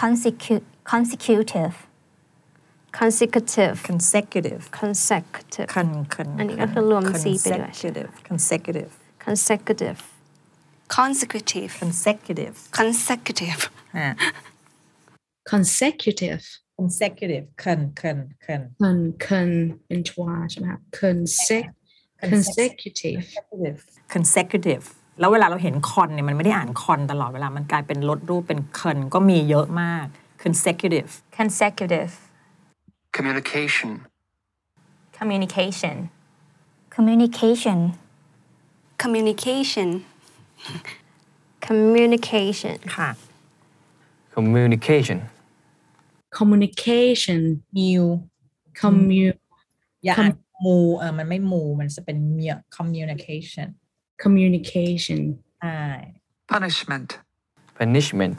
H: Consecu- consecutive
K: consecutive
C: consecutive
K: consecutive
C: con con
K: อันนี้ก็คือรวม C ไปด้วย
C: consecutive consecutive
K: consecutive
B: Consecutive.
C: consecutive
B: Consecutive.
C: ฮะ
D: consecutive
C: consecutive con con con
D: มันคนเป็นชวาใช่ไหมคะ consec consecutive
C: consecutive consecutive แล้วเวลาเราเห็นคอนเนี่ยมันไม่ได้อ่านคอนตลอดเวลา มันกลายเป็นลดรูปเป็นคอนก็มีเยอะมาก consecutive
K: consecutive
G: Communication.
K: communication
H: communication
B: Communication.
K: communication
C: ค่ะ
I: communication,
D: communication
C: new
D: commu
C: อย่าอ่านมูเออมันไม่มูมันจะเป็นเมีย communication
D: communication
C: ใช่
G: Punishment.
I: punishment,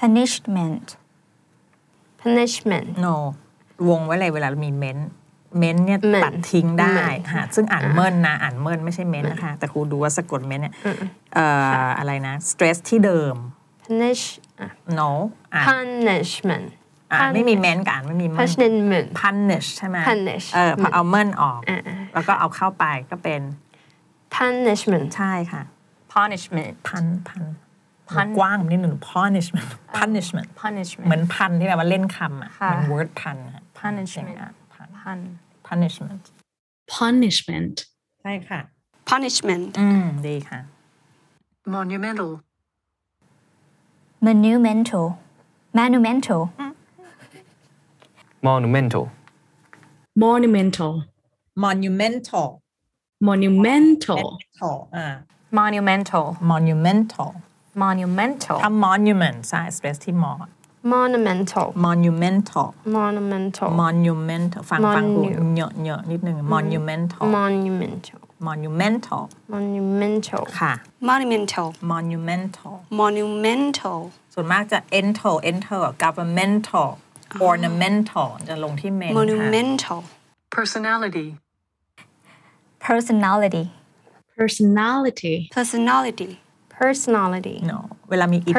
H: punishment
K: punishment
C: no วงไว้เลยเวลามีเม้นเม้นเนี่ยตัดทิ้งได้ค่ะซึ่งอ่านเมินนะอ่านเมินไม่ใช่เม้นนะคะแต่ครูดูว่าสะกดเม้นเนี่ยเอ่ออะไรนะ stress ที่เดิม
K: punish uh,
C: no
H: Ah.
C: อ่าน
K: punishment
C: อ่านไม่มีเม้นกับอ่านไม่มีเม้น
K: punishment Uh,
C: punish ใช่ไหม
K: punish
C: เออพอเอาเมินออก
K: อ่า
C: แล้วก็เอาเข้าไปก็เป็น
K: punishment
C: ใช่ค่ะ
K: punishment
C: พันพัน
K: พัน
C: กว้างนิดหนึ่ง punishment punishment
K: punishment
C: เหมือนพันที่แปลว่าเล่นคำอ่ะ
K: ค่ะ
C: เหมือน word พันอะ
K: punishment
C: อย่างเงี้ยพั
K: pun
C: น punishment
D: punishment
C: ใช่ค่ะ
B: Punishment.
C: อืมดีค่ะ
F: Monumental.
H: monumental monumental
I: monumental,
D: monumental
C: monumental
D: monumental
C: mental อ่า
K: monumental
C: monumental
K: monumental
C: ถ้า monument ใช่ stress ที่มอ
K: monumental
C: monumental
K: monumental
C: monumental ฟังฟังหู
K: Monu-
C: เยอะเยอะนิดนึง monumental
K: monumental
C: monumental
K: monumental
C: ค่ะ
B: Monumental.
C: monumental
B: Monumental.
C: ส่วนมากจะ ental ental กับ governmental ornamental จะลงที่ men ค่ะ
B: Monumental.
F: Personality.
H: personality
D: personality
B: Personality.
K: personality
C: no เวลามี et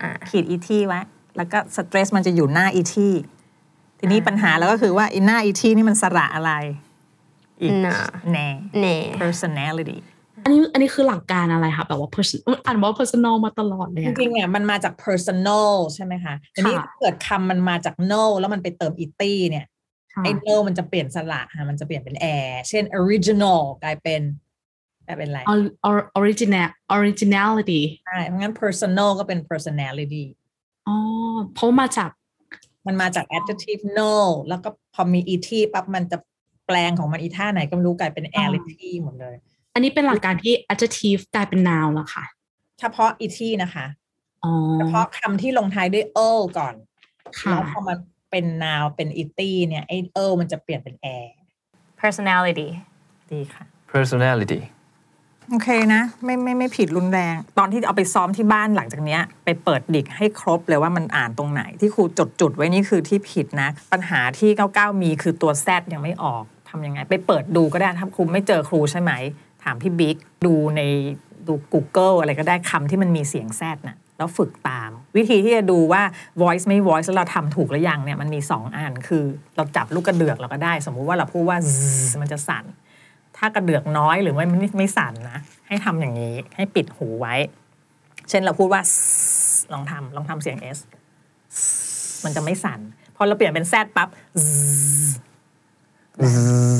K: อ่า
C: ขีด et ไว้ แล้วก็ stress มันจะอยู่หน้า et ทีนี้ปัญหาแล้วก็คือว่าไอ้หน้า et นี่มันสระอะไรอีก
K: น่ะ
C: แน่
K: เน่
C: personality
D: อันนี้อันนี้คือหลักการอะไรคะแบบว่า person อุ๊ยอ่านว่า personal มาตลอดเลย
C: จ
D: อะ
C: ริงๆเนี่ยมันมาจาก personal ใช่ไหมคะแต่นี่
D: ค่ะ
C: ถ้าเกิดคำมันมาจาก no แล้วมันไปเติม et เนี่ย
D: ค่ะ
C: ไอ้ no มันจะเปลี่ยนสระค่ะมันจะเปลี่ยนเป็น air เช่น original กลายเป็นกลายเป็นอะไร
D: Or- or- original originality
C: ใช่เพราะงั้น personal ก็เป็น personality
D: อ๋อเพราะมาจาก
C: มันมาจาก adjective no แล้วก็พอมี et ปั๊บมันจะแปลงของมันอีท่าไหนก็ไม่รู้กลายเป็น ality หมดเลย
D: อันนี้เป็นหลักการที่ adjective กลายเป็น noun แล้วค่ะ
C: เฉพาะ et นะคะ
D: อ๋อ
C: เฉพาะคำที่ลงท้ายด้วย o ก่อน
D: ค่ะ
C: แล้วพอมันเป็น noun เป็น et เนี่ยไอ้ o มันจะเปลี่ยนเป็น air
K: personality
C: ดีค่ะ
I: personality,
C: โอเคนะ ไม่ไม่ไม่ผิดรุนแรง ตอนที่เอาไปซ้อมที่บ้านหลังจากเนี้ย ไปเปิดดิกให้ครบเลยว่ามันอ่านตรงไหนที่ครูจดจุดไว้นี่คือที่ผิดนะ ปัญหาที่ 99 มีคือตัว Z ยังไม่ออกทำยังไง ไปเปิดดูก็ได้ถ้าครูไม่เจอครูใช่ไหม ถามพี่บิ๊กดูในดู Google อะไรก็ได้คำที่มันมีเสียง Z น่ะแล้วฝึกตาม วิธีที่จะดูว่า voice ไม่ voice แล้วเราทำถูกหรือยังเนี่ยมันมีสองอันคือ เราจับลูกกระเดือกเราก็ได้ สมมุติว่าเราพูดว่า zzz มันจะสั่น ถ้ากระเดือกน้อยหรือว่าไม่ไม่สั่นนะ ให้ทำอย่างนี้ให้ปิดหูไว้ เช่นเราพูดว่า zzz ลองทำลองทำเสียง S zzz มันจะไม่สั่น พอเราเปลี่ยนเป็นแซดปั๊บ zzz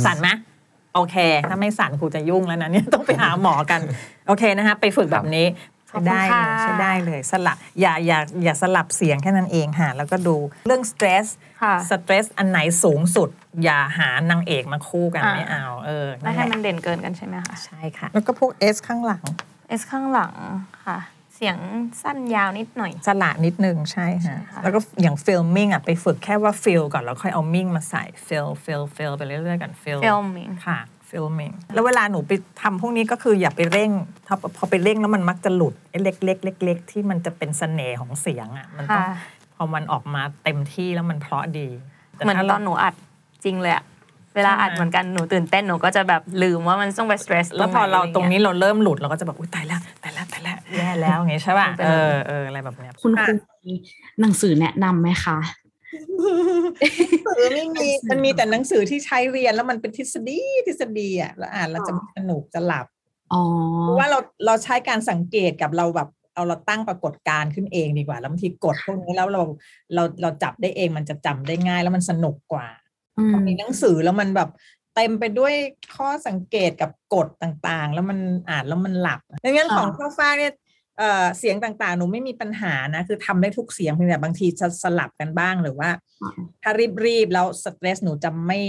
C: สั่นไหม โอเค ถ้าไม่สั่นครูจะยุ่งแล้วนะเนี่ยต้องไปหาหมอกัน โอเคนะคะไปฝึกแบบนี้ ใช้ได้เลยใช้ได้เลยสลับอย่าอย่าอย่าสลับเสียงแค่นั้นเองค่ะแล้วก็ดูเรื่อง stress
K: ค่ะ
C: stress อันไหนสูงสุด อย่าหานางเอกมาคู่กัน
K: อ่า
C: ไม่เอาเออ
K: ไม่
C: นั่นแห
K: ให้
C: ละ
K: มันเด่นเกินกันใช่ไหมคะ
C: ใช่ค่ะ แล้วก็พวก S ข้างหลัง
K: เอสข้างหลังค่ะ เสียงสั้นยาวนิดหน่อย
C: สละนิดนึงใช่ค่ะแล้วก็อย่าง filming อ่ะไปฝึกแค่ว่า feel ก่อนแล้วค่อยเอา ming มาใส่ feel feel feel ไปเรื่อยๆกัน feel
K: filming
C: ค่ะ filming แล้วเวลาหนูไปทำพวกนี้ก็คืออย่าไปเร่งถ้าพอไปเร่งแล้วมันมักจะหลุดไอ้เล็กๆเล็กๆที่มันจะเป็นเสน่ห์ของเสียงอ่ะมันต้อง
K: ค่ะ
C: พอมันออกมาเต็มที่แล้วมันเพราะดีแต่
K: เหมือน
C: ถ้า
K: ต
C: รา
K: อนหนูอัดจริงเลยอะเวลาอัด
C: ใช่
K: เหมือนกันหนูตื่นเต้นหนูก็จะแบบลืมว่ามันต้องไป stress
C: แล้วพอเราตรงนี้
K: ไห
C: เราเริ่มหลุดเราก็จะแบบอุ้ยตายแล้วตายแล้วตายแล้วแย่แล้วอย่างงี้ใช่ป่ะ
K: เป็น
C: เอ
K: ไร
C: อเอออะไรแบบเนี้ย
D: คุณครูมีหนังสือแนะนำไหมคะ
C: หรือไม่ มีมันมีแต่หนังสือที่ใช้เรียนแล้วมันเป็นทฤษฎีทฤษฎีอ่ะแล้วอ่านแล้วจะไม่สนุกจะหลับ
D: อ๋อ
C: เพราะว่าเราเราใช้การสังเกตกับเราแบบเอาเราตั้งปรากฏการณ์ขึ้นเองดีกว่า แล้วบางทีกดพวกนี้แล้วเราเราเราจับได้เองมันจะจำได้ง่ายแล้วมันสนุกกว่า
D: อืม
C: พอมีหนังสือแล้วมันแบบเต็มไปด้วยข้อสังเกตกับกฎต่างๆ แล้วมันอ่านแล้วมันหลับดังนั้น
D: ค่ะ
C: ของข้าวฟ้างเนี่ยเอ่อเสียงต่างๆหนูไม่มีปัญหานะ คือทำได้ทุกเสียงเพียงแต่บางทีจะสลับกันบ้างหรือว่า ถ้ารีบๆแล้วสเตรสหนูจะไม่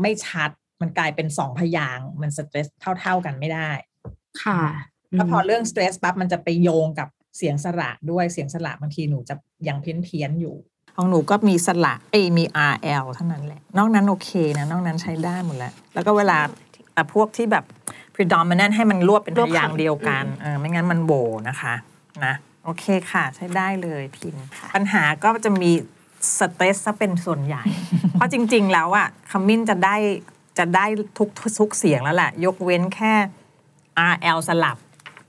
C: ไม่ชัด มันกลายเป็นสองพยางค์มันสเตรสเท่า ๆกันไม่ได้
D: ค่ะ
C: ถ้าพอเรื่องสเตรสปั๊บมันจะไปโยงกับเสียงสระด้วยเสียงสระบางทีหนูจะยังเพี้ยนเพียนๆอยู่ ของหนูก็มีสระเอยมี RL เท่านั้นแหละ นอกนั้นโอเคนะ นอกนั้นใช้ได้หมดแล้ว แล้วก็เวลาอ่ะพวกที่แบบ predominant ให้มันรวบเป็น
K: ร
C: พ
K: วบคำ
C: ยางค์เดียวกัน
K: อืม
C: เออไม่งั้นมันโบนะคะนะโอเคค่ะใช้ได้เลยพินปัญหาก็จะมีสเตรสซะเป็นส่วนใหญ่ เพราะจริง ๆ แล้วอะขมิ้นจะได้จะได้ทุกทุกเสียงแล้วแหละ ยกเว้นแค่ RL สลับ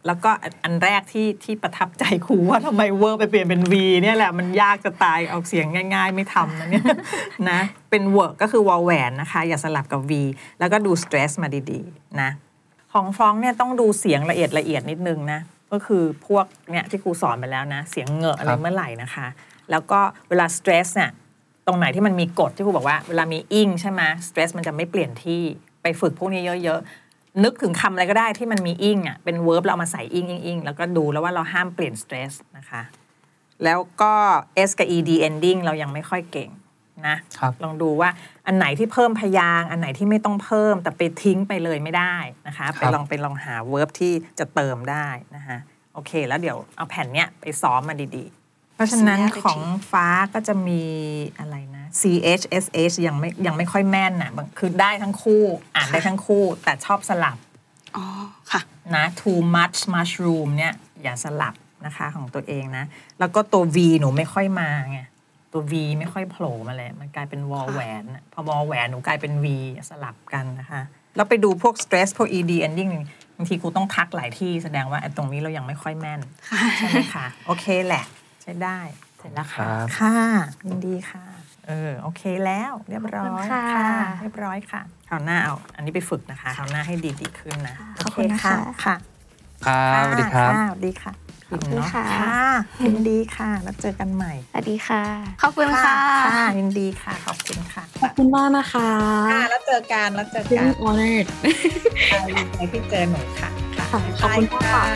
C: แล้วก็อันแรกที่ที่ประทับใจครูว่าทำไมเวอร์ไปเปลี่ยนเป็น V เนี่ยแหละมันยากจะตายเอาเสียงง่าย ๆ ไม่ทำนะเนี่ย นะเป็นเวอร์ก็คือวอลแหวนนะคะ อย่าสลับกับ V แล้วก็ดูสเตรสมาดีๆนะ ของฟรองก์เนี่ยต้องดูเสียงละเอียดละเอียดนิดนึงนะ ก็คือพวกเนี่ยที่ครูสอนไปแล้วนะ เสียงเหงอะอะไร
I: ครับ
C: เมื่อไหร่นะคะ แล้วก็เวลาสเตรสเนี่ยตรงไหนที่มันมีกฎที่ครูบอกว่าเวลามีอิงใช่ไหมสเตรสมันจะไม่เปลี่ยนที่ไปฝึกพวกนี้เยอะ ๆ นึกถึงคำอะไรก็ได้ที่มันมีอิงอ่ะเป็นเวิร์บเราเอามาใส่อิงอิงอิงแล้วก็ดูแล้วว่าเราห้ามเปลี่ยนสเตรสนะคะ แล้วก็ S กับ ED ending เรายังไม่ค่อยเก่งนะ
E: ครับ
C: ลองดูว่าอันไหนที่เพิ่มพยางค์อันไหนที่ไม่ต้องเพิ่มแต่ไปทิ้งไปเลยไม่ได้นะคะ
E: ค
C: ไป
E: รับ
C: ลองไปลองหาเวิร์บที่จะเติมได้นะคะโอเค แล้วเดี๋ยวเอาแผ่นเนี้ยไปซ้อมมาดีๆ เพราะฉะนั้น
B: Personality
C: ของฟ้าก็จะมีอะไรนะ CH SH ยังไม่ยังไม่ค่อยแม่นนะบางคือได้ทั้งคู่อ่านได้ทั้งคู่ แต่ชอบสลับ
B: อ๋อค่ะ
C: นะ too much mushroom เนี่ยอย่าสลับนะคะของตัวเองนะ แล้วก็ตัว V หนูไม่ค่อยมาไง ตัว V ไม่ค่อยโผล่มาเลย มันกลายเป็นวอลแหวนน่ะพอวอลแหวนหนูกลายเป็น V สลับกันนะคะ แล้วไปดูพวก stress พวก ed ending บางทีครูต้องทักหลายที่แสดงว่าไอ้ตรงนี้เรายังไม่ค่อยแม่น ใช่ไหมคะ โอเคแหละ ใช้ได้เสร็จแล้ว
I: ค
C: ค่ะ
I: รับ
C: ค่ะยินดีค่ะ เออโอเคแล้วเรียบร้อย
K: ขอบคุณค่ะ
C: เรียบร้อยค่ะคราวหน้าเอาอันนี้ไปฝึกนะคะคราวหน้าให้ดีดีๆขึ้นนะ
H: ขอบคุณนะคะ
C: โอเค่ะ
E: ครับส
C: ah,
E: วัสดีครับ
C: ค่ะสวัสดีค่ะ
K: ขอบคุณ
C: เนา
K: ค่ะ
C: ค่ะยินดีค่ะ แล้วเจอกันใหม่
H: สวัสดีค่ะ
B: ขอบคุณค่ะ
C: ค่ะยินดีค่ะ ขอบคุณค่ะ
D: ขอบคุณมากนะคะ
C: ค่ะ แล้วเจอกัน แล้วเจอกัน
D: Feeling honored
C: ดีใจที่เจอหนูค่ะค่ะ
D: ค่ะขอบคุณค่ะ
C: บ๊ายบาย